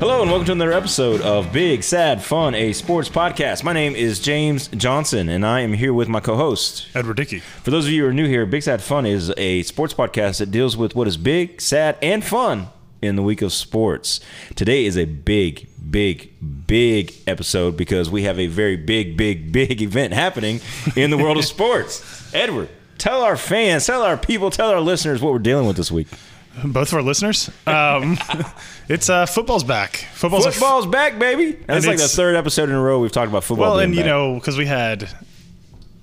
Hello and welcome to another episode of Big Sad Fun, a sports podcast. My name is James Johnson, and I am here with my co-host. Edward Dickey. For those of you who are new here, Big Sad Fun is a sports podcast that deals with what is big, sad, and fun in the week of sports. Today is a big, big, big episode because we have a very big, big, big event happening in the world of sports. Edward, tell our fans, tell our people, tell our listeners what we're dealing with this week. Both of our listeners. Um, it's uh, football's back. Football's, a f- Football's back, baby. That's like the it's- third episode in a row we've talked about football. well, being and you back. know because we had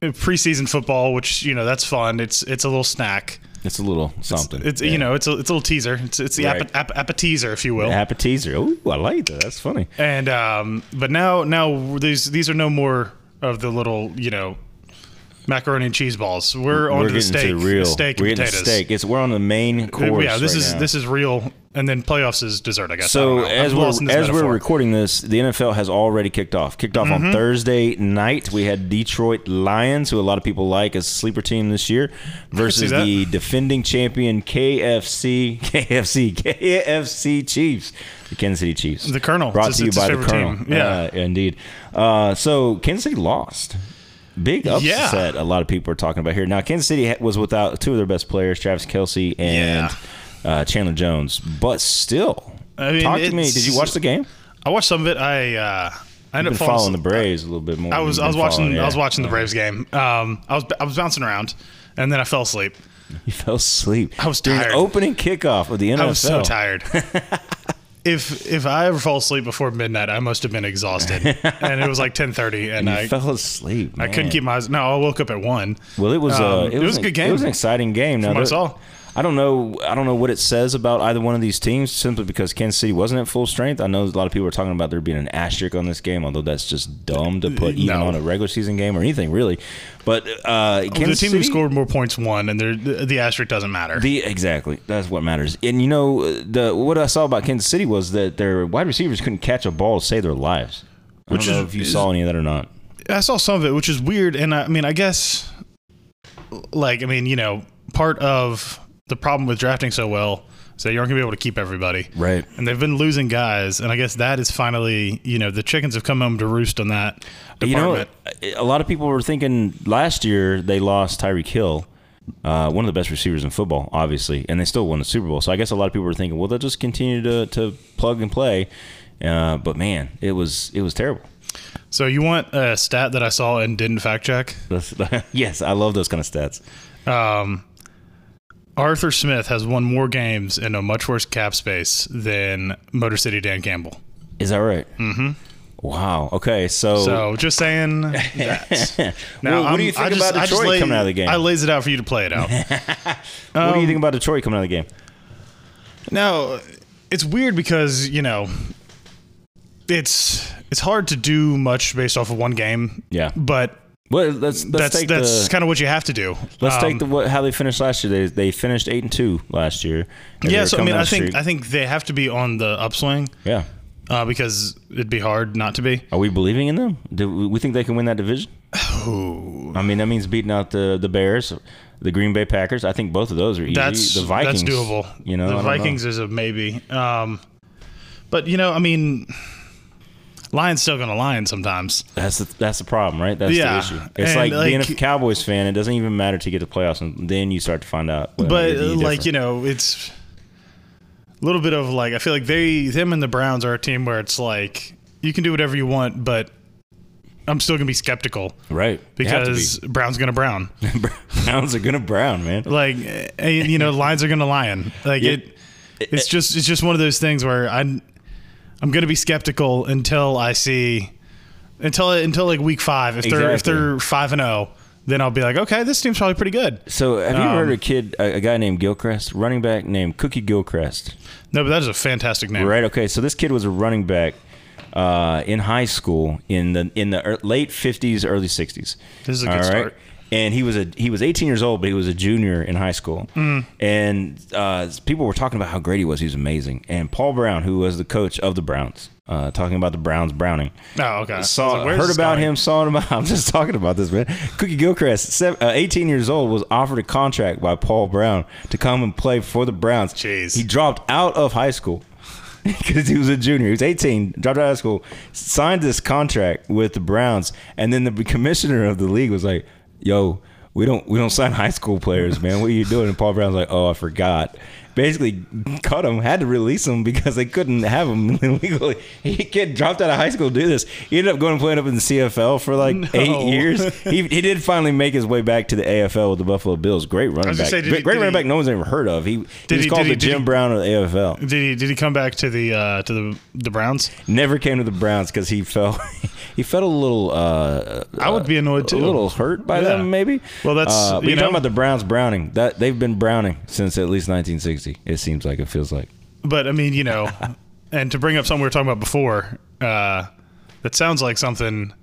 preseason football, which you know that's fun. It's it's a little snack. It's a little something. It's Yeah. you know it's a it's a little teaser. It's it's the Right. appe- app- appetizer, if you will. appetizer. Ooh, I like that. That's funny. And um, but now now these these are no more of the little you know macaroni and cheese balls. We're, on to the steak, to the real steak We're getting and to potatoes. Uh, steak. It's we're on the main course. yeah, this right is now. this is real. And then playoffs is dessert, I guess. I don't So know. I'm as we're lost in as this we're metaphor. Mm-hmm. recording this, the NFL has already kicked off. Kicked off on Thursday night. We had Detroit Lions, who a lot of people like as a sleeper team this year, versus that. the defending champion KFC KFC KFC Chiefs, the Kansas City Chiefs. The Colonel. brought It's- to you it's his by the favorite Colonel. team. Yeah. Uh, indeed. Uh, so Kansas City lost. Big Yeah. upset. A lot of people are talking about here. Now Kansas City ha- was without two of their best players, Travis Kelsey and uh, Chandler Jones, but still. I mean, Talk to me. it's- Did you watch the game? I watched some of it. I uh, I ended I've up been following the asleep- Braves a little bit more. I than was you've I was been watching following, I yeah. was watching the Braves game. Um, I was I was bouncing around, and then I fell asleep. You fell asleep. I was During the tired. opening kickoff of the NFL. I was so tired. if if I ever fall asleep before midnight, I must have been exhausted. and it was like ten thirty, and You I fell asleep. I couldn't man. keep my eyes. No, I woke up at one. Well, it was uh, Um, it, was a an- good game. It was an exciting game. Now, what I there- saw. I don't know. I don't know what it says about either one of these teams, simply because Kansas City wasn't at full strength. I know a lot of people are talking about there being an asterisk on this game, although that's just dumb to put even Uh, No. on a regular season game or anything really. But uh, Kansas the team City, who scored more points won, and they're- the, the asterisk doesn't matter. The exactly that's what matters. And you know the what I saw about Kansas City was that their wide receivers couldn't catch a ball to save their lives. I Which don't know is- if you is- saw any of that or not. I saw some of it, which is weird. And I, I mean, I guess, like, I mean, you know, part of the problem with drafting so well is that you aren't going to be able to keep everybody. Right. And they've been losing guys. And I guess that is finally, you know, the chickens have come home to roost on that You know, department. a lot of people were thinking last year they lost Tyreek Hill, uh, one of the best receivers in football, obviously, and they still won the Super Bowl. So I guess a lot of people were thinking, well, they'll just continue to, to plug and play. Uh, but man, it was it was terrible. so you want a stat that I saw and didn't fact check? That's- yes, I love those kind of stats. Um, Arthur Smith has won more games in a much worse cap space than Motor City Dan Campbell. Is that right? Mm-hmm. Wow. Okay. So, So just saying that. Oh. Well, what do I'm- you I think just- about I just Detroit lay- coming out of the game? I um, lays it out for you to play it out. what do you think about Detroit coming out of the game? now, it's weird because you know, it's it's hard to do much based off of one game. Yeah. but Well, let's let's that's take that's the, kind of what you have to do. Let's Um, take the what, how they finished last year. They they finished eight and two last year. and they yeah. were So I coming mean, down I the think streak. I think they have to be on the upswing yeah. uh, because it'd be hard not to be. Are we believing in them? Do we think they can win that division? I mean, that means beating out the the Bears, the Green Bay Packers. I think both of those are easy. That's the Vikings. That's doable. You know, I the don't know. Vikings is a maybe. Um, but you know, I mean, Lions still gonna lion sometimes. That's the, that's the problem, right? That's the Yeah. issue. It's And, like, being a like- Cowboys fan. It doesn't even matter to get to playoffs, and then you start to find out. whether but you're uh, any like different. you know it's a little bit of like i feel like they them and the browns are a team where it's like you can do whatever you want but i'm still gonna be skeptical right? You have to because brown's gonna brown be. Browns are gonna Brown, man. like eh, you know lions are gonna lion like Yeah. it it's just it's just one of those things where i'm i'm gonna be skeptical until i see until until like week five if they're if Exactly. they're five and oh then i'll be like okay this team's probably pretty good So, have you ever Um, heard of a kid, a, a guy named Gilchrist, running back named Cookie Gilchrist? no but that is a fantastic name Right. Okay. So this kid was a running back uh, in high school in the in the er- late fifties, early sixties. This is a good start. And he was a he was 18 years old, but he was a junior in high school. Mm. And uh, people were talking about how great he was. He was amazing. And Paul Brown, who was the coach of the Browns, uh, talking about the Browns Browning, oh okay I was saw like, where's heard this about going? him, saw him. I'm just talking about this man. Cookie Gilchrist, sev uh, 18 years old, was offered a contract by Paul Brown to come and play for the Browns. Jeez. He dropped out of high school because he was a junior. He was 18, dropped out of school, signed this contract with the Browns, and then the commissioner of the league was like, "Yo, we don't we don't sign high school players, man. What are you doing?" And Paul Brown's like, "Oh, I forgot." Basically, cut him, had to release him because they couldn't have him legally. He kid dropped out of high school to do this. He ended up going and playing up in the CFL for like No. eight years. He, he did finally make his way back to the AFL with the Buffalo Bills. Great running was gonna back, say, did he- great did running he- back. No one's ever heard of. He, he Did was he- called did he- the did he- Jim Brown of the AFL. Did he did he come back to the uh, to the the Browns? never came to the Browns because he felt he felt a little uh, I would be a annoyed too. little hurt by Yeah. them maybe. Well, that's- uh, but you you're know. talking about the Browns Browning that they've been Browning since at least 1960. It seems like it feels like But I mean, you know, and to bring up something we were talking about before, uh, that sounds like something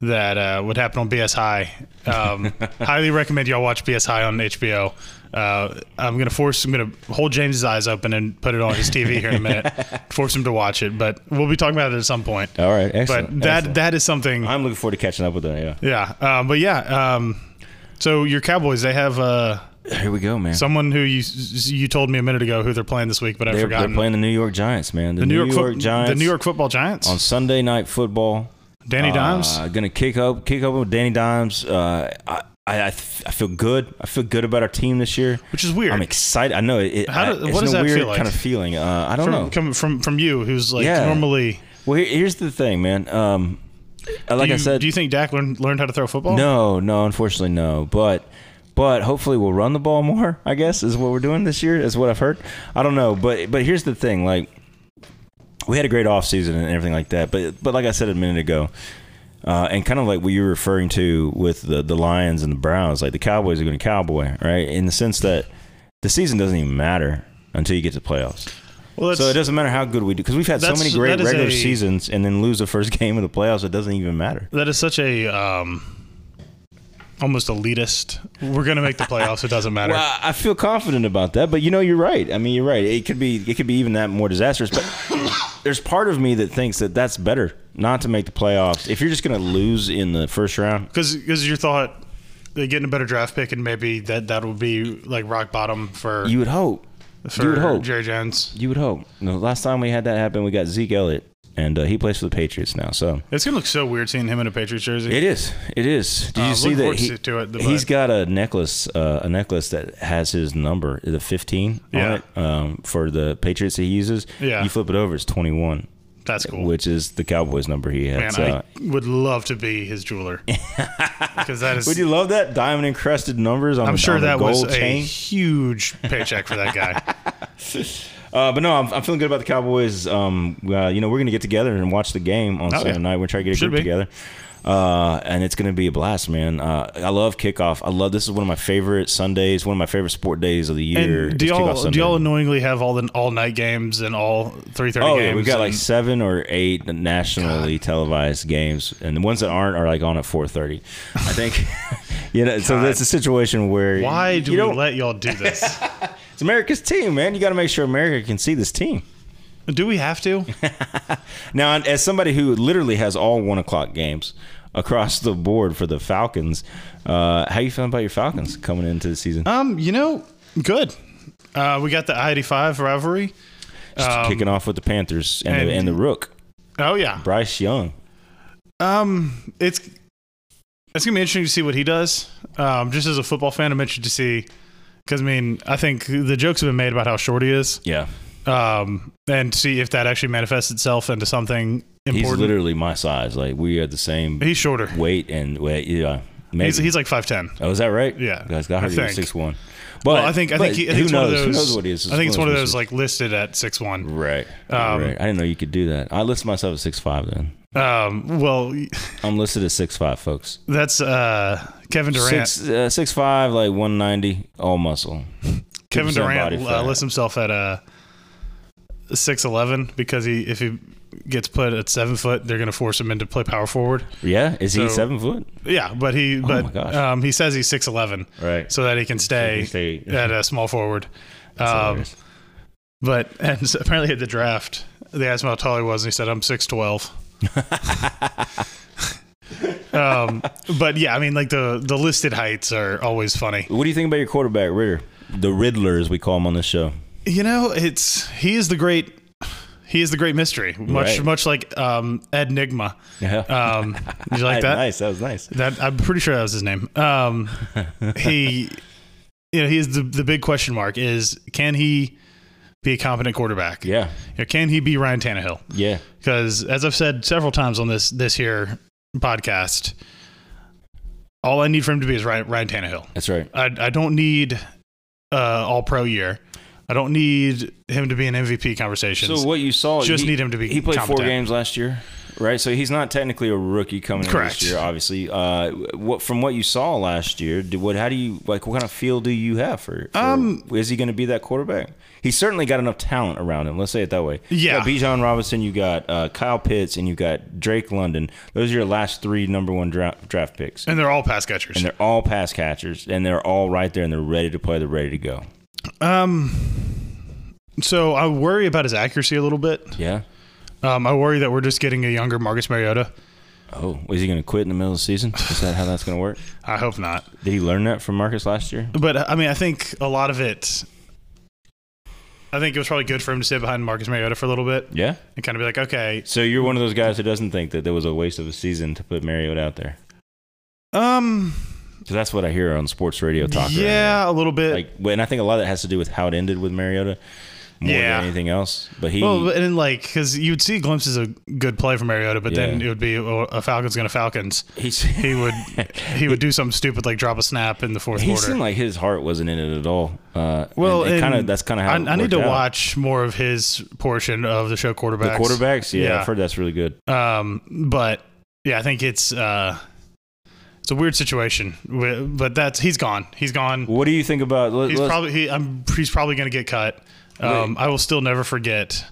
that uh, would happen on BS High. Um, highly recommend y'all watch BS High on HBO. Uh, I'm gonna force. I'm gonna hold James's eyes open and put it on his TV here in a minute. force him to watch it, but we'll be talking about it at some point. all right. Excellent. But that excellent. that is something. I'm looking forward to catching up with them. Yeah. Um, but yeah. Um, so your Cowboys, they have uh, Yeah, here we go, man. someone who you you told me a minute ago who they're playing this week, but I've they're, they're forgotten. playing the New York Giants, man. The, New York, Fo- Giants. the New York Football Giants. on Sunday Night Football. Danny Dimes. Uh, gonna kick up, kick up with Danny Dimes. Uh, I, I, I th- I feel good. I feel good about our team this year, Which is weird. I'm excited. I know it. it How do- I- it's what does a that weird feel like? kind of feeling. Uh, I don't from, know. coming from from you, who's like Yeah. normally. Well, here- here's the thing, man. Um, uh, like do you, I said, do you think Dak learned learned how to throw football? no, no, unfortunately, no. But but hopefully we'll run the ball more. I guess is what we're doing this year. Is what I've heard. I don't know, but but here's the thing. Like we had a great offseason and everything like that. But but like I said a minute ago. Uh, and kind of like what you were referring to with the, the Lions and the Browns, like the Cowboys are going to cowboy, right? In the sense that the season doesn't even matter until you get to playoffs. Well, that's, So it doesn't matter how good we do because we've had so That's- many great that is regular a- seasons and then lose the first game of the playoffs. It doesn't even matter. that is such a um, almost elitist. We're gonna make the playoffs. it doesn't matter. Well, I feel confident about that, but you know you're right. I mean, you're right. It could be it could be even that more disastrous. But there's part of me that thinks that that's better not to make the playoffs. If you're just going to lose in the first round, Because your thought, they getting a better draft pick, and maybe that that will be like rock bottom for you would hope. for you would hope. Jerry Jones. You would hope. No, last time we had that happen, we got Zeke Elliott, and uh, he plays for the Patriots now. So It's gonna look so weird seeing him in a Patriots jersey. It is. It is. Did Uh, you see looking that forward he, to- to it, but- he's got a necklace, uh, a necklace that has his number, the 15 on Yeah. it, um, for the Patriots that he uses. Yeah. You flip it over, it's 21, That's cool. which is the Cowboys number he had. Man, so. I would love to be his jeweler because that is. would you love that diamond encrusted numbers on? I'm the, sure on the that was gold a chain. huge paycheck for that guy. Uh, but no, I'm, I'm feeling good about the Cowboys. Um, uh, you know, we're gonna get together and watch the game on Oh, Sunday yeah. night. We're trying to get a Should group be. together, uh, and it's gonna be a blast, man. Uh, I love kickoff. I love this is one of my favorite Sundays, one of my favorite sport days of the year. And do is kickoff y'all do Sunday. y'all annoyingly have all the all night games and all three thirty Oh games? yeah, we've got like and- seven or eight nationally televised games, and the ones that aren't are like on at four thirty. I think, you know. So that's a situation where why you do we don't- let y'all do this? It's America's team, man. You got to make sure America can see this team. do we have to? Now, as somebody who literally has all one o'clock games across the board for the Falcons, uh, how you feeling about your Falcons coming into the season? Um, you know, good. Uh, we got the I eighty five rivalry. Just kicking off with the Panthers and, Um, and- the, and the Rook, Oh yeah, Bryce Young. Um, it's it's gonna be interesting to see what he does. Um, just as a football fan, I'm interested to see because I mean, I think the jokes have been made about how short he is. Yeah, Um, and see if that actually manifests itself into something he's important. literally my size. Like we are the same He's, shorter. weight and weight. Yeah, maybe. He's, he's like five ten. oh, is that right? Yeah, guys, got I her think. six one. But Well, I think I think, but he, I think who it's knows? one of those. who knows what he is? I think it's one of those mysteries. like listed at six one. Right, Um, right. I didn't know you could do that. I list myself at six five. Then Um, well, I'm listed at six five, folks. that's uh Kevin Durant. Six, uh, six five, like one ninety, all muscle. Kevin 2% body Durant uh, fat. lists himself at uh, six eleven because he if he gets put at seven foot, they're going to force him into play power forward. Yeah, is he So- seven foot? Yeah, but he Oh my but gosh. um, he says he's six eleven, Right. So that he can stay, So he can stay- at a small forward. Um, hilarious. but and so apparently at the draft, they asked him how tall he was, and he said, "I'm six 6'12". um, but yeah, I mean, like the the listed heights are always funny. What do you think about your quarterback, Ritter? The Riddler, as we call him on this show. You know, it's he is the great. He is the great mystery, much Right. much like um, Ed Nigma. Um, did you like that? nice. That was nice. That I'm pretty sure that was his name. Um, he, you know, he is the the big question mark is can he be a competent quarterback? Yeah. You know, can he be Ryan Tannehill? Yeah. Because as I've said several times on this this here podcast, all I need for him to be is Ryan, Ryan Tannehill. That's right. I I don't need uh, All Pro year. I don't need him to be an MVP conversation. So what you saw, Just need him to be He played four competent. games last year, right? So he's not technically a rookie coming in Correct. this year, obviously. Uh, what from what you saw last year, do, what how do you like? What kind of feel do you have for? for- Um, is he going to be that quarterback? He's certainly got enough talent around him. Let's say it that way. Yeah. You got Bijan Robinson, you got uh, Kyle Pitts, and you got Drake London. Those are your last three number one draft draft picks. and they're all pass catchers. And they're all pass catchers, and they're all right there, and they're ready to play. They're ready to go. Um, so I worry about his accuracy a little bit. Yeah. Um, I worry that we're just getting a younger Marcus Mariota. Oh, is he going to quit in the middle of the season? Is that how that's going to work? I hope not. Did he learn that from Marcus last year? But I mean, I think a lot of it. I think it was probably good for him to sit behind Marcus Mariota for a little bit Yeah. and kind of be like, okay, So you're one of those guys who doesn't think that there was a waste of a season to put Marriott out there. um, So that's what I hear on sports radio talk. right yeah, a little now. bit. Like, and I think a lot of that has to do with how it ended with Mariota more Yeah. than anything else. But he, well, and then like, because you would see glimpses of good play from Mariota, but then Yeah. it would be oh, a Falcons gonna Falcons. he's, He would he would do something stupid like drop a snap in the fourth he quarter. seemed like his heart wasn't in it at all. Uh, Well, and it kind of and that's kind of how it I, I need to worked out. watch more of his portion of the show the quarterbacks. quarterbacks. Yeah, Yeah. I've heard that's really good. Um, but yeah, I think it's uh, it's a weird situation. Wi- But that's he's gone. He's gone. What do you think about? Let, He's let's- probably he, I'm he's probably gonna get cut. Um, I will still never forget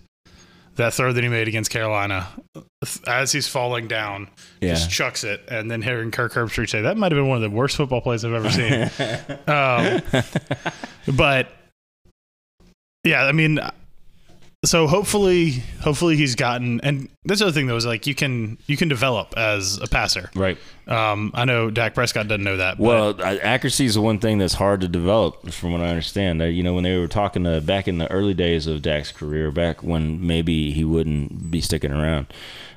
that throw that he made against Carolina as he's falling down. yeah. Just chucks it, and then hearing Kirk Herbstreit say that might have been one of the worst football plays I've ever seen. Um, but yeah, I mean, so hopefully, hopefully he's gotten. And that's the other thing though is like you can you can develop as a passer. right. Um, I know Dak Prescott doesn't know that. but- Well, uh, accuracy is the one thing that's hard to develop, from what I understand. Uh, You know, when they were talking uh back in the early days of Dak's career, back when maybe he wouldn't be sticking around,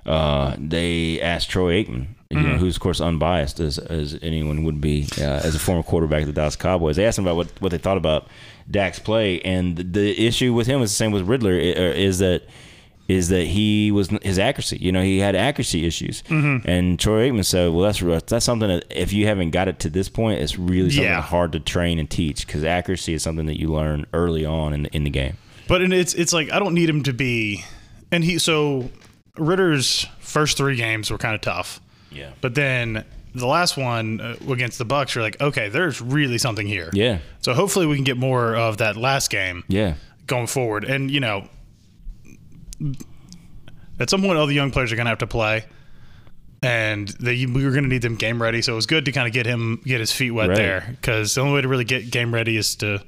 uh, they asked Troy Aikman, you know, who's of course unbiased as as anyone would be uh, as a former quarterback of the Dallas Cowboys. They asked him about what what they thought about Dak's play, and the, the issue with him is the same with Riddler i- uh, is that is that he was his accuracy. You know, he had accuracy issues. And Troy Aikman said, "Well, that's rough. that's something that if you haven't got it to this point, it's really something Yeah. hard to train and teach because accuracy is something that you learn early on in the, in the game." but and it's it's like I don't need him to be. And he so Ritter's first three games were kind of tough, Yeah. but then the last one uh, against the Bucks, you're like, okay, there's really something here. Yeah. So hopefully we can get more of that last game. Yeah. going forward. And you know, at some point, all the young players are going to have to play, and they, we were going to need them game ready. So it was good to kind of get him get his feet wet Right. there because the only way to really get game ready is to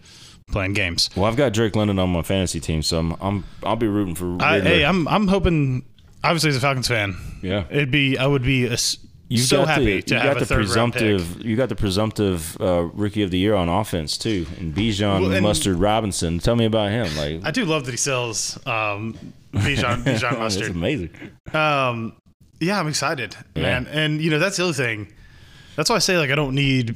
playing games. Well, I've got Drake London on my fantasy team, so I'm, I'm I'll be rooting for. I, Riddler. hey, I'm I'm hoping. Obviously, as a Falcons fan, yeah. it'd be I would be a s You've so got happy the, to you have got a the third round pick. presumptive. You got the presumptive uh, rookie of the year on offense too, and Bijan Well, and- Mustard Robinson. Tell me about him. Like I do love that he sells um, Bijan Bijan that's mustard. amazing. Um, yeah, I'm excited, man. And you know, that's the other thing. That's why I say like I don't need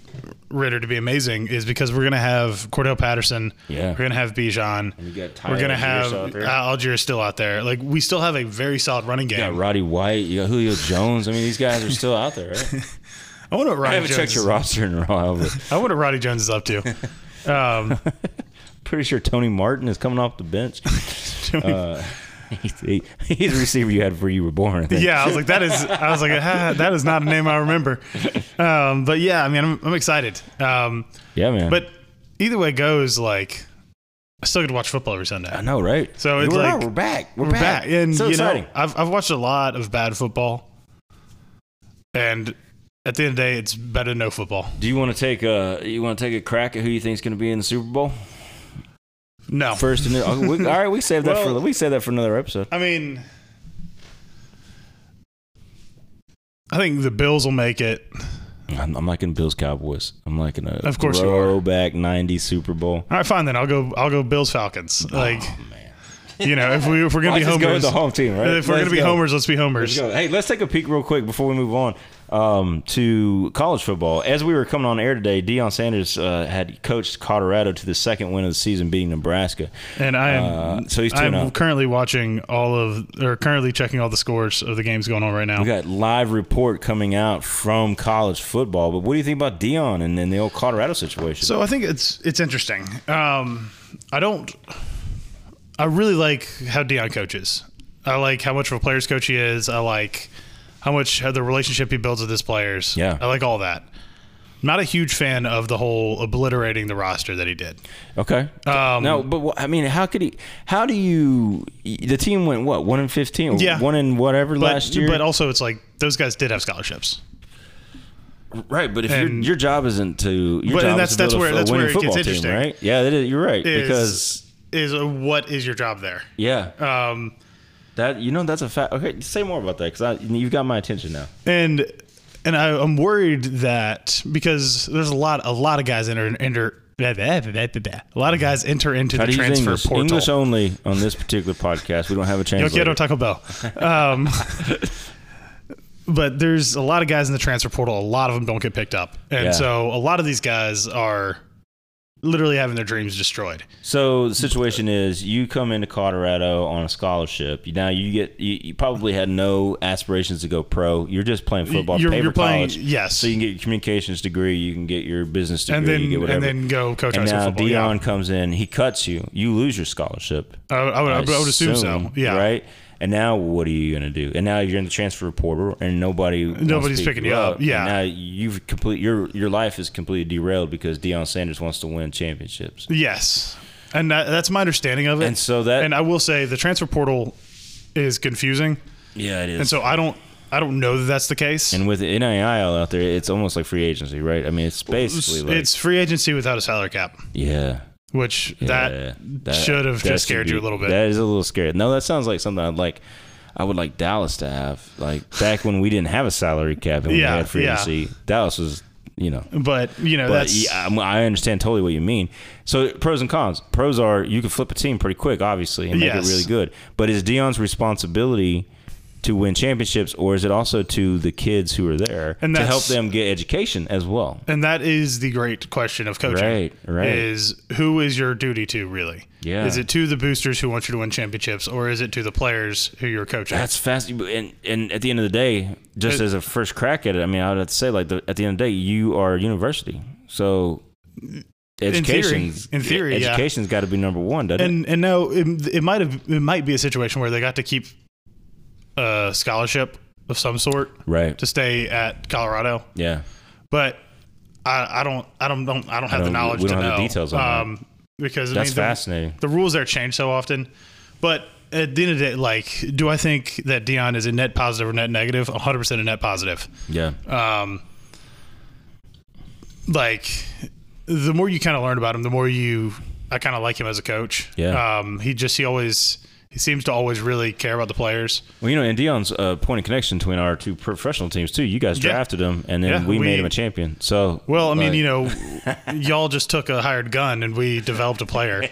Ritter to be amazing is because we're gonna have Cordell Patterson. Yeah. We're gonna have Bijan. You got Tyler We're gonna Algier have still out there. uh, Algier still out there. Like we still have a very solid running game. You got Roddy White. You got Julio Jones. I mean, these guys are still out there, right? I wonder what I Roddy haven't checked Jones. your roster in a while, but I wonder what Roddy Jones is up to. Um, pretty sure Tony Martin is coming off the bench. Uh, he's, he, he's the receiver you had before you were born. I think. yeah, I was like that is. I was like "Ah, that is not a name I remember. Um, but yeah, I mean, I'm, I'm excited. Um, yeah, man. but either way goes, like I still get to watch football every Sunday. I know, right? So it's we're, like- we're back. We're, We're back. And so you exciting. know, I've I've watched a lot of bad football. And at the end of the day, it's better than no football. Do you want to take a you want to take a crack at who you think's going to be in the Super Bowl No. first? And then, oh, we, all right, we saved that for Well- we saved that for another episode. I mean I think the Bills will make it. I'm, I'm liking Bills Cowboys. I'm liking a Of course you are. throwback '90s Super Bowl. All right, fine then. I'll go I'll go Bills Falcons. Like Oh man, You know, if we if we're gonna Let's be just go with homers, the home team, right? If we're Let's gonna be go. homers, let's be homers. Let's go. Hey, let's take a peek real quick before we move on um, to college football. As we were coming on air today, Deion Sanders uh, had coached Colorado to the second win of the season, beating Nebraska. And I am Uh, so he's two I'm and up. currently watching all of or currently checking all the scores of the games going on right now. We got live report coming out from college football. But what do you think about Dion and, and the old Colorado situation? So I think it's it's interesting. Um, I don't. I really like how Dion coaches. I like how much of a players coach he is. I like how much how the relationship he builds with his players. Yeah. I like all that. Not a huge fan of the whole obliterating the roster that he did. okay. Um, no, but wha- I mean, how could he? How do you? The team went what one in fifteen? Yeah. one in whatever But, last year. but also it's like those guys did have scholarships. right, but if your, and- your job isn't to, your But- job and that's- is to build that's a where- f- a that's where winning it gets football interesting. team, right? Yeah, that is, you're right Is, because is uh, what is your job there? yeah, Um, that you know that's a fact. Okay, say more about that because you've got my attention now. and and I, I'm worried that because there's a lot a lot of guys enter enter blah, blah, blah, blah, blah. a lot of guys enter into How the do you transfer English? portal. English only on this particular podcast. We don't have a Yo chance. quiero Taco Bell. Um, but there's a lot of guys in the transfer portal. A lot of them don't get picked up, and Yeah. so a lot of these guys are literally having their dreams destroyed. So the situation is, you come into Colorado on a scholarship. Now you get you, you probably had no aspirations to go pro. You're just playing football, You're- pay you're for playing- college. yes. So you can get your communications degree, you can get your business degree, And you get then and whatever. then go coach And high school now football. Dion comes in, he cuts you. You lose your scholarship. yeah. I, would- I would, I would assume, so. Yeah. Right. And now what are you going to do? And now you're in the transfer portal, and nobody wants to Nobody's pick picking you up, And yeah. now you've complete your your life is completely derailed because Deion Sanders wants to win championships. Yes, and that, that's my understanding of it. And so that- and I will say the transfer portal is confusing, Yeah, it is. and so I don't I don't know that that's the case. And with NIL out there, it's almost like free agency, right? I mean, it's basically it's, like it's free agency without a salary cap, yeah, which yeah, that, should have that just should scared be- you a little bit. That is a little scary. No, that sounds like something I'd like. I would like Dallas to have like back when we didn't have a salary cap and we Yeah, had free yeah. agency. Dallas was, you know, but you know but that's yeah, I'm- I understand totally what you mean. So pros and cons. Pros are you can flip a team pretty quick, obviously, and make Yes. it really good. But is Dion's responsibility to win championships, or is it also to the kids who are there And to help that's- them get education as well? and that is the great question of coaching. Right, right. Is who is your duty to really? Yeah. Is it to the boosters who want you to win championships, or is it to the players who you're coaching? That's fast, and and at the end of the day, just as a first crack at it, I mean, I would have to say, like, the, at the end of the day, you are a university, so education's in theory, yeah. education's got to be number one, doesn't it? and and no, it, it might have it might be a situation where they got to keep a scholarship of some sort Right? to stay at Colorado, yeah, but I, I don't I don't, don't I don't have the don't- knowledge we don't to have know um, the details on that. because I that's mean, the- fascinating. The, rules there change so often, but at the end of the day, like, do I think that Dion is a net positive or net negative? 100 percent a net positive. Yeah, Um, like the more you kind of learn about him, the more you I kind of like him as a coach. Yeah. Um, he just he always he seems to always really care about the players. well, you know, and Dion's uh, point of connection between our two professional teams too. You guys Yeah. drafted him, and then Yeah, we, we- made him a champion. So, Well, I mean, like- you know, y'all just took a hired gun and we developed a player.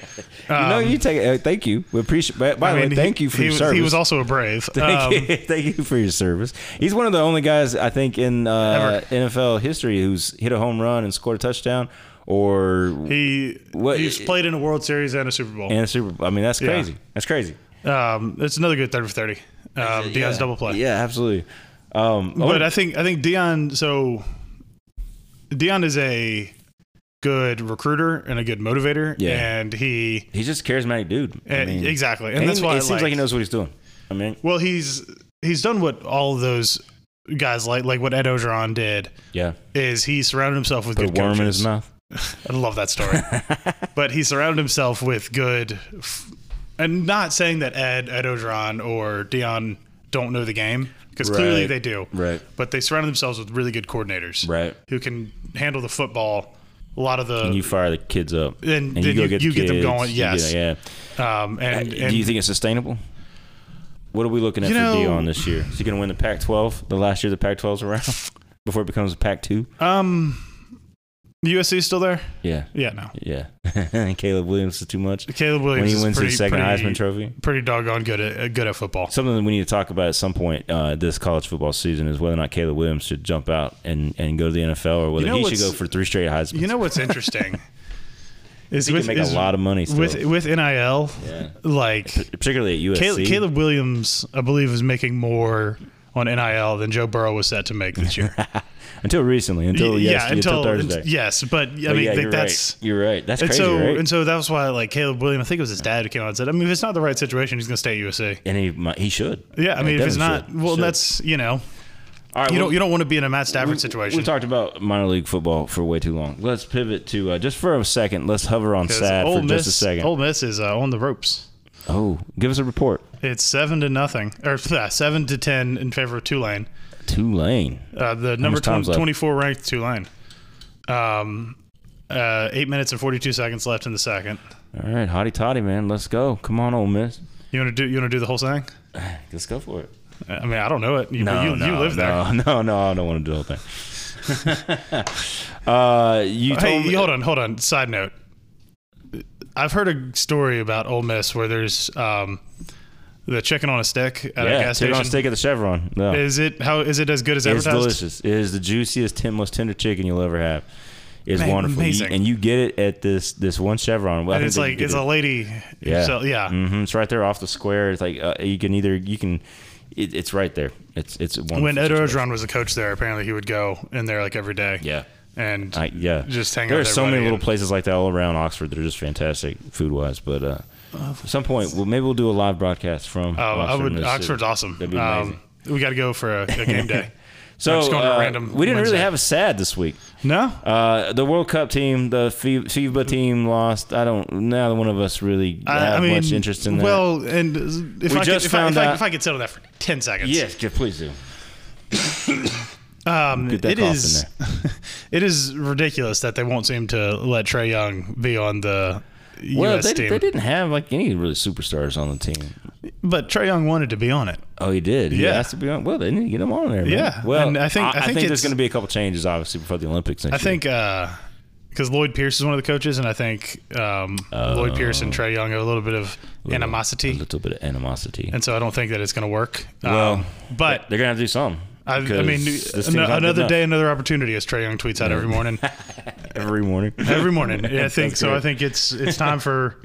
Um, no, you take it. Uh, thank you. We appreciate. By, by I the mean, way, he- thank you for he, your was- service. He was also a brave. Um, Thank, you, thank you for your service. He's one of the only guys I think in uh, Ever. NFL history who's hit a home run and scored a touchdown or He What- he's played in a World Series and a Super Bowl. and a Super. I mean, that's crazy. That's crazy. Um, it's another good thirty for thirty. Um, Dion's double play. Yeah, absolutely. Um, I But wanna- I think I think Dion. So Dion is a good recruiter and a good motivator. Yeah. and he he's just a charismatic dude. I and- mean, Eh, exactly, and, and that's why it seems like, like he knows what he's doing. I mean, Well, he's he's done what all of those guys like like what Ed Ogeron did yeah, is he surrounded himself with put a good worm coaches. in his mouth. I love that story. but he surrounded himself with good, f- and not saying that Ed, Ed Ogeron, or Dion don't know the game, because clearly Right. they do. Right. But they surrounded themselves with really good coordinators, Right. Who can handle the football. A lot of And you the, fire the kids up, Then- then you- you get them going, you yes. get- yeah. um, and, and Do you think it's sustainable? What are we looking at You for know- Dion this year? Is he going to win the Pac-12? The last year the Pac-12's around before it becomes a Pac-2. um, USC still there? Yeah. Yeah, no. Yeah. Caleb Williams is too much. Caleb Williams when he is wins pretty, his second pretty, Heisman trophy. pretty doggone good at uh, good at football. Something that we need to talk about at some point uh, this college football season is whether or not Caleb Williams should jump out and, and go to the NFL or whether know he should go what's- for three straight Heisman. You know what's interesting is he with can make is a lot of money still. with with NIL, like particularly at USC. Caleb, Caleb Williams, I believe, is making more on NIL than Joe Burrow was set to make this year. until recently, until yeah, yesterday, until, Thursday. yes, but I But mean yeah, like, you're that's. right. You're right. That's And crazy, so, right? and so that was why, like Caleb Williams, I think it was his dad who came out and said, "I mean, if it's not the right situation, he's going to stay at USC." And he might, he should. Yeah, I mean, if it's not, definitely should. well, Should. that's you know, all right. you well, don't you don't want to be in a Matt Stafford situation. We talked about minor league football for way too long. Let's pivot to uh, just for a second. Let's hover on 'Cause sad Ole for Miss, just a second. Ole Miss is uh, on the ropes. oh, give us a report. It's seven to nothing, or yeah, seven to ten in favor of Tulane. Tulane. Uh, the number much time's 20, left? 24 ranked Tulane. Um, uh, eight minutes and 42 seconds left in the second. All right, hottie toddy, man. Let's go. Come on, Ole Miss. You want to do? You want to do the whole thing? Let's go for it. I mean, I don't know it. You, you, you live there. No, no, no, I don't want to do the whole thing. uh, you told Hey, me. hold on, hold on. Side note: I've heard a story about Ole Miss where there's um, the chicken on a stick at a yeah, gas chicken on station. steak at the Chevron. No. Is it how? Is it as good as It's advertised? delicious. It is the juiciest, ten, most tender chicken you'll ever have. It's Man, wonderful, You- amazing. and you get it at this this one Chevron. Well, I And think it's that you like get it's it- a lady. yeah, So, yeah. hmm It's right there off the square. It's like uh, you can either you can, it, it's right there. It's it's a wonderful. When Ed situation. Orgeron was a coach there, apparently he would go in there like every day. yeah, And I, yeah, Just hang out There are with so many everybody little and- places like that all around Oxford. They're just fantastic food wise, but. uh at some point, well, maybe we'll do a live broadcast from. Oh, I Oxford, would. Mississippi. Oxford's awesome. That'd be amazing. um, we got to go for a, a game day. so, just going to uh, random we didn't Wednesday. really have a sad this week. no, Uh, the World Cup team, the Fi- FIBA team lost. I don't. Neither one of us really I, have I mean, much interest in that. Well, and if We I just could, if, found I, if, I, out- if I could settle that for ten seconds, yes, yeah, please do. um, Get that it cough in is. it is ridiculous that they won't seem to let Trey Young be on the Well, U.S. they, team, they didn't have like any really superstars on the team. but Trey Young wanted to be on it. Oh, he did. He Yeah. has to be on. Well, they need to get him on there. man. Yeah, Well, and I think- I think there's it's- going to be a couple changes, obviously, before the Olympics. Next I think because Lloyd Pierce is one of the coaches, and I think um, Lloyd Pierce and Trey Young have a little bit of year. Oh. a animosity, little bit of animosity. and so I don't think that it's going to work. Well, um, but They're going to have to do something. I, I because mean, this team's an- not good another enough. day, another opportunity, as Trey Young tweets out every morning. every morning. every morning, Yeah, I think That's so. good. I think it's it's time for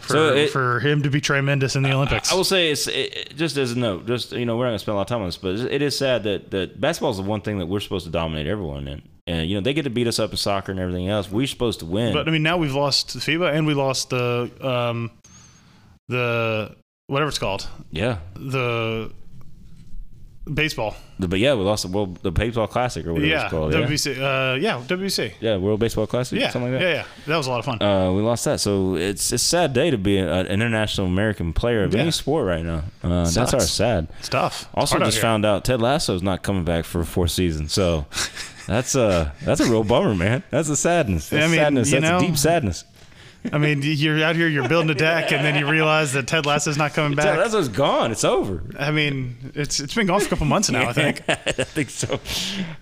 for, So it- for him to be tremendous in the Olympics. I will say it's it, it- just as a note, just you know, we're not going to spend a lot of time on this, but it is sad that that basketball is the one thing that we're supposed to dominate everyone in, and you know they get to beat us up in soccer and everything else. We're supposed to win. but uh, I mean, now we've lost FIBA and we lost the um the whatever it's called yeah, the baseball. The- but yeah, we lost the world, the baseball classic or whatever yeah, it's called. Yeah? WBC. Uh, yeah, WBC. yeah, World Baseball Classic, Yeah, something like yeah, that. yeah. That was a lot of fun. Uh, we lost that, so it's it's a sad day to be a- an international American player of Yeah. any sport right now. Uh, that's Sucks. our sad. it's tough. It's Also, hard out just here. found out Ted Lasso's not coming back for a fourth season, so that's a that's a real bummer, man. That's a sadness. That's I mean, sadness. you That's a know, deep sadness. I mean, you're out here, you're building a deck, and then you realize that Ted Lasso's not coming Ted back. Lasso's gone. It's over. I mean, it's it's been gone for a couple months now. I think. I think so.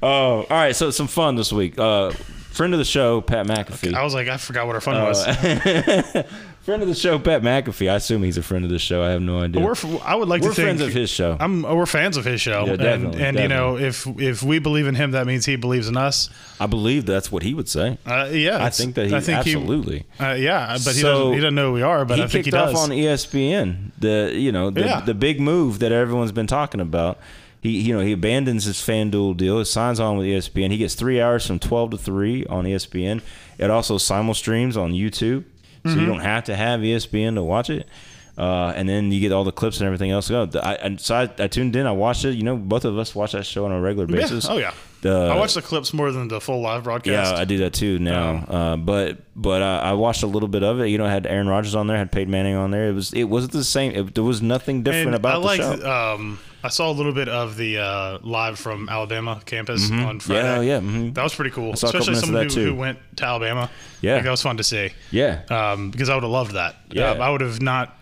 Oh, all right. So some fun this week. Uh, friend of the show, Pat McAfee. I was like, I forgot what our Uh, fun was. friend of the show, Pat McAfee. I assume he's a friend of the show. I have no idea. We're f- I would like We're to think friends of his show. I'm we're fans of his show, Yeah, and, definitely, and you know if if we believe in him, that means he believes in us. I believe that's what he would say. Uh, yeah, I think that he absolutely. He, uh, yeah, but he So, doesn't he doesn't know who we are, but he I kicked think he does. off on E ESPN. The you know the, Yeah. the big move that everyone's been talking about. He you know he abandons his FanDuel deal. He signs on with E ESPN. He gets three hours from twelve to three on E ESPN. It also simul streams on YouTube, so Mm-hmm. you don't have to have E ESPN to watch it. Uh, and then you get all the clips and everything else. Oh, I, I, so I, I tuned in. I watched it. You know, both of us watch that show on a regular Yeah. basis. Oh yeah, The- I watch the clips more than the full live broadcast. yeah, I do that too now. Oh. Uh, but but I, I watched a little bit of it. You know, I had Aaron Rodgers on there, had Peyton Manning on there. It was it wasn't the same. It, there was nothing different and about I like the show. um I saw a little bit of the uh, live from Alabama campus on Friday. Mm-hmm. Yeah, yeah, mhm. that was pretty cool. saw a couple Especially minutes of someone that, who, too. who went to Alabama. Yeah. Like, that was fun to see. yeah, um, because I would have loved that. Yeah. Um, I would have not.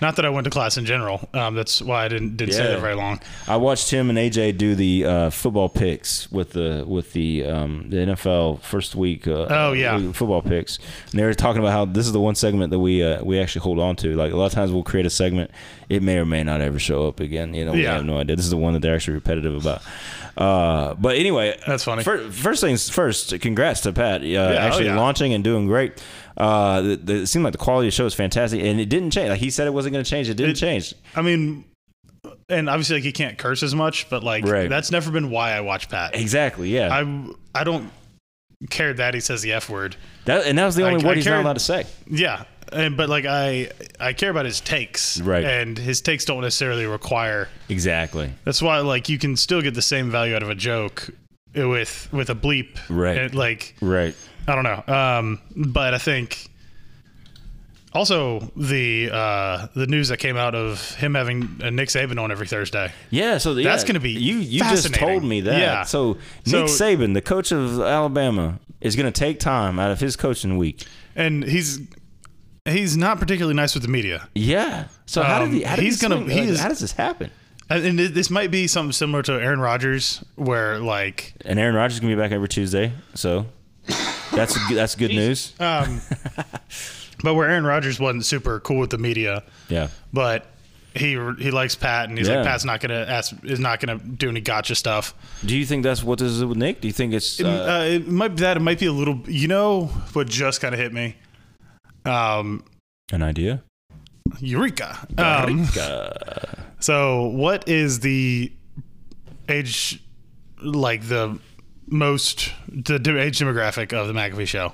Not that I went to class in general. Um, that's why I didn't didn't stay Yeah. there very long. I watched him and AJ do the uh, football picks with the with the um, the NFL first week. Uh, Oh, yeah. week football picks. And they were talking about how this is the one segment that we uh, we actually hold on to. Like a lot of times we'll create a segment, it may or may not ever show up again. You know, we Yeah. have no idea. This is the one that they're actually repetitive about. Uh, but anyway, That's funny. fir- first things first, congrats to Pat. Uh, oh, actually yeah. launching and doing great. Uh, the, the, it seemed like the quality of the show is fantastic, and it didn't change. Like he said, it wasn't going to change. It didn't It- change. I mean, and obviously like you can't curse as much, but like Right. that's never been why I watch Pat. Exactly. Yeah. I I don't care that he says the f word. That, and that was the I- only I word he's not carried- allowed to say. Yeah, and, but like I I care about his takes, Right. And his takes don't necessarily require. Exactly. That's why like you can still get the same value out of a joke with with a bleep, Right. And, like Right. I don't know, um, but I think also the uh, the news that came out of him having uh, Nick Saban on every Thursday. Yeah. So yeah, That's gonna be you. You just fascinating. told me that. Yeah. So So- Nick Saban, the coach of Alabama, is going to take time out of his coaching week. and he's he's not particularly nice with the media. Yeah. So how did Um, he? How did he's he gonna- swing- he like, is- how does this happen? And, and it- this might be something similar to Aaron Rodgers, where like And Aaron Rodgers is going to be back every Tuesday. So that's that's good news. uh, but where Aaron Rodgers wasn't super cool with the media, yeah. but he he likes Pat, and he's Yeah. like Pat's not gonna ask, is not gonna do any gotcha stuff. Do you think that's what this is with Nick? Do you think it's? Uh, uh, it might be that. It might be a little. You know what just kind of hit me? Um, an idea. Eureka. Um, Uh, so what is the age, like the most the de- age demographic of the McAfee show?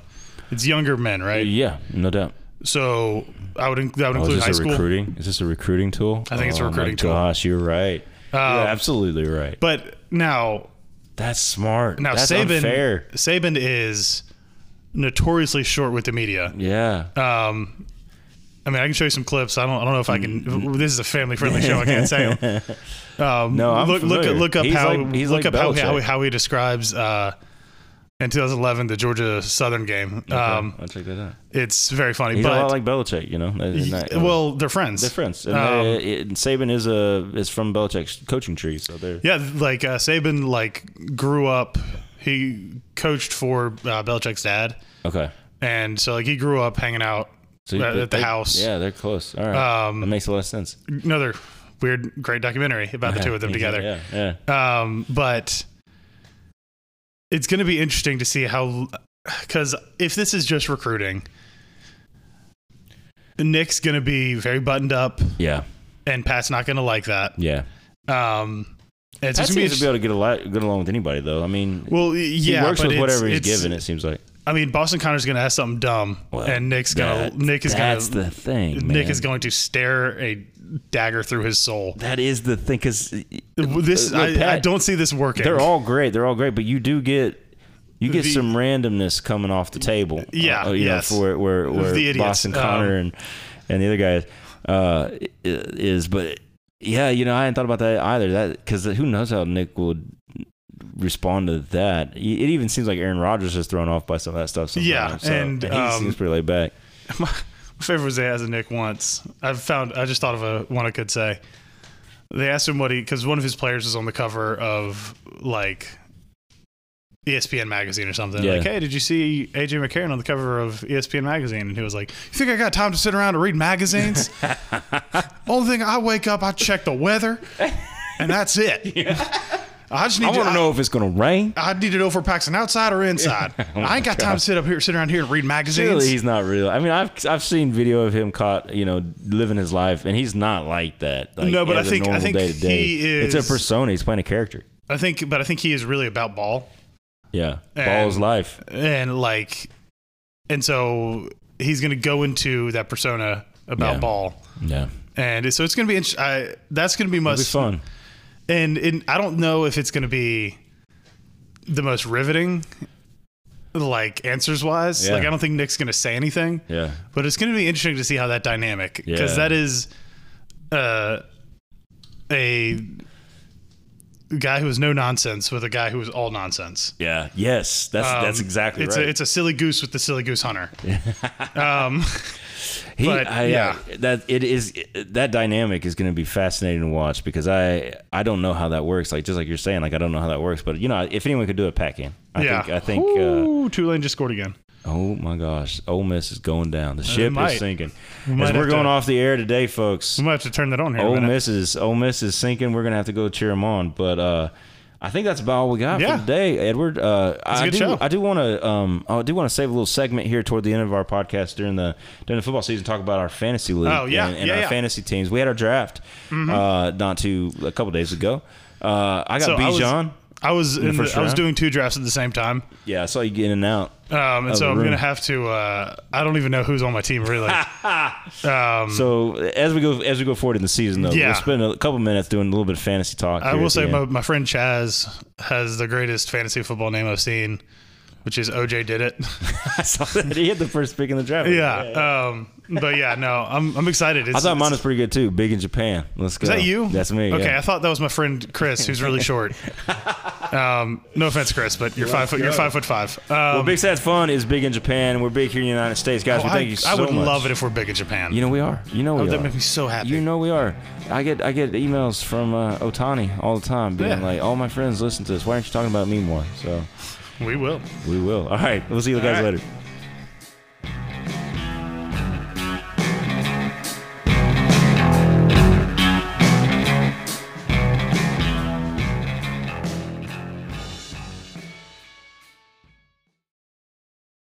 It's younger men, right? Yeah, no doubt. So I would in- that would Oh, is include this high a school. recruiting? Is this a recruiting tool? I think it's a Oh, my recruiting tool. Um, Gosh, you're right. you're absolutely right. But now, That's smart. now That's Saban unfair. Saban is notoriously short with the media. Yeah. Um, I mean, I can show you some clips. I don't. I don't know if I Mm-hmm. can. This is a family-friendly show. I can't say 'em. Um, No, Oh, I'm look, look, familiar. look up He's how like- he's look like up how, how, Belichick. how he describes uh, in 2011 the Georgia Southern game. Um, I'll check that out. it's very funny, He's a but lot like Belichick, you know. He's not- well, they're friends. they're friends. And um, they- it- Saban is a is from Belichick's coaching tree, so they're yeah, like uh, Saban, like grew up. He coached for uh, Belichick's dad, okay. and so like he grew up hanging out So at, they- at the they- house. Yeah, they're close. All right, Um, that makes a lot of sense. Another weird, great documentary about the two of them together. Yeah, yeah. um, but it's going to be interesting to see how because if this is just recruiting nick's going to be very buttoned up Yeah, and pat's not going to like that yeah. um and it's That just gonna be seems to be able to get a lot, get along with anybody, though. I mean, well y- yeah he works but with it's- whatever he's it's- given. It seems like. i mean boston connor's going to ask something dumb Well, and nick's going that- to nick is going That's to the thing. nick man. is going to stare a dagger through his soul That is the thing, because this Look, I, I Pat, don't see this working They're all great. They're all great, but you do get you get The- some randomness coming off the table. Uh, Yeah, you know, yes. for where where, where The idiots, Boston Um, Connor and and the other guys uh, i- is, but yeah, you know, I hadn't thought about that either. That because who knows how Nick would respond to that. It even seems like Aaron Rodgers is thrown off by some of that stuff. Sometimes, Yeah, so- and, he um, seems pretty laid back. My, my favorite was they asked Nick once. I found I just thought of a one I could say. They asked him what he because one of his players was on the cover of like E ESPN magazine or something. Yeah. Like, hey, did you see AJ McCarron on the cover of E ESPN magazine? And he was like, You think I got time to sit around and read magazines? Only thing I wake up, I check the weather, and that's it. I just need I want to to know if it's going to rain. I need to know if we're packing outside or inside. Oh I ain't got time to sit up here, sit around here and read magazines. Clearly, he's not real. I mean, I've I've seen video of him caught, you know, living his life, and he's not like that. Like, No, but I as a think- I normal think day-to-day. he It's is- a persona. He's playing a character. I think, but I think he is really about ball Yeah, And- ball is life. and like, and so he's going to go into that persona about Yeah. ball, Yeah, and it- so it's going to be int- I, that's going to be it'll be most fun. And, and I don't know if it's going to be the most riveting, like answers wise. Yeah. Like I don't think Nick's going to say anything, Yeah, but it's going to be interesting to see how that dynamic because Yeah. that is uh, a guy who is no nonsense with a guy who is all nonsense. yeah, yes. That's Um, that's exactly it's right. A, it's a silly goose with the silly goose hunter. um, He, But, I, yeah. yeah, that it is that dynamic is going to be fascinating to watch because I I don't know how that works. Like just like you're saying, like I don't know how that works. But you know, if anyone could do it, pack in. I yeah, think I think. Uh, Ooh, Tulane just scored again. oh my gosh, Ole Miss is going down. The ship might. is sinking. might As we're have going to- off the air today, folks. We might have to turn that on here. in a Ole minute. Miss is Ole Miss is sinking. We're gonna have to go cheer them on. But uh, I think that's about all we got Yeah. for today, Edward. Uh, I good do show. I do want to um I do want to save a little segment here toward the end of our podcast during the during the football season. Talk about our fantasy league. Oh, yeah, and, and yeah, our yeah. Mm-hmm. fantasy teams. We had our draft uh, not too a couple days ago. Uh, I got So I was- Bijan. I was in the first I was round? doing two drafts at the same time, Yeah, I saw you getting out. um, and the so I'm gonna room. have to. Uh, I don't even know who's on my team really. So as we go as we go forward in the season, though, Yeah. we'll spend a couple minutes doing a little bit of fantasy talk. I here will at the say end. my, my friend Chaz has the greatest fantasy football name I've seen, which is OJ did it. I saw that he had the first pick in the draft. yeah. Um, but yeah, no, I'm I'm excited. It's, I thought mine was pretty good too. Big in Japan. Let's go. Is that you? That's me. Okay, yeah. I thought that was my friend Chris, who's really short. um, no offense, Chris, but you're five foot. You're five foot five. Um, Well, Big Sad Fun is big in Japan. We're big here in the United States, guys. we Oh, I, thank you so I would much. love it if we're big in Japan. You know we are. You know we that are. would make me so happy. You know we are. I get I get emails from uh, Otani all the time, being Yeah. like, "All my friends listen to this. Why aren't you talking about me more?" So we will. we will. All right. We'll see you guys right. later.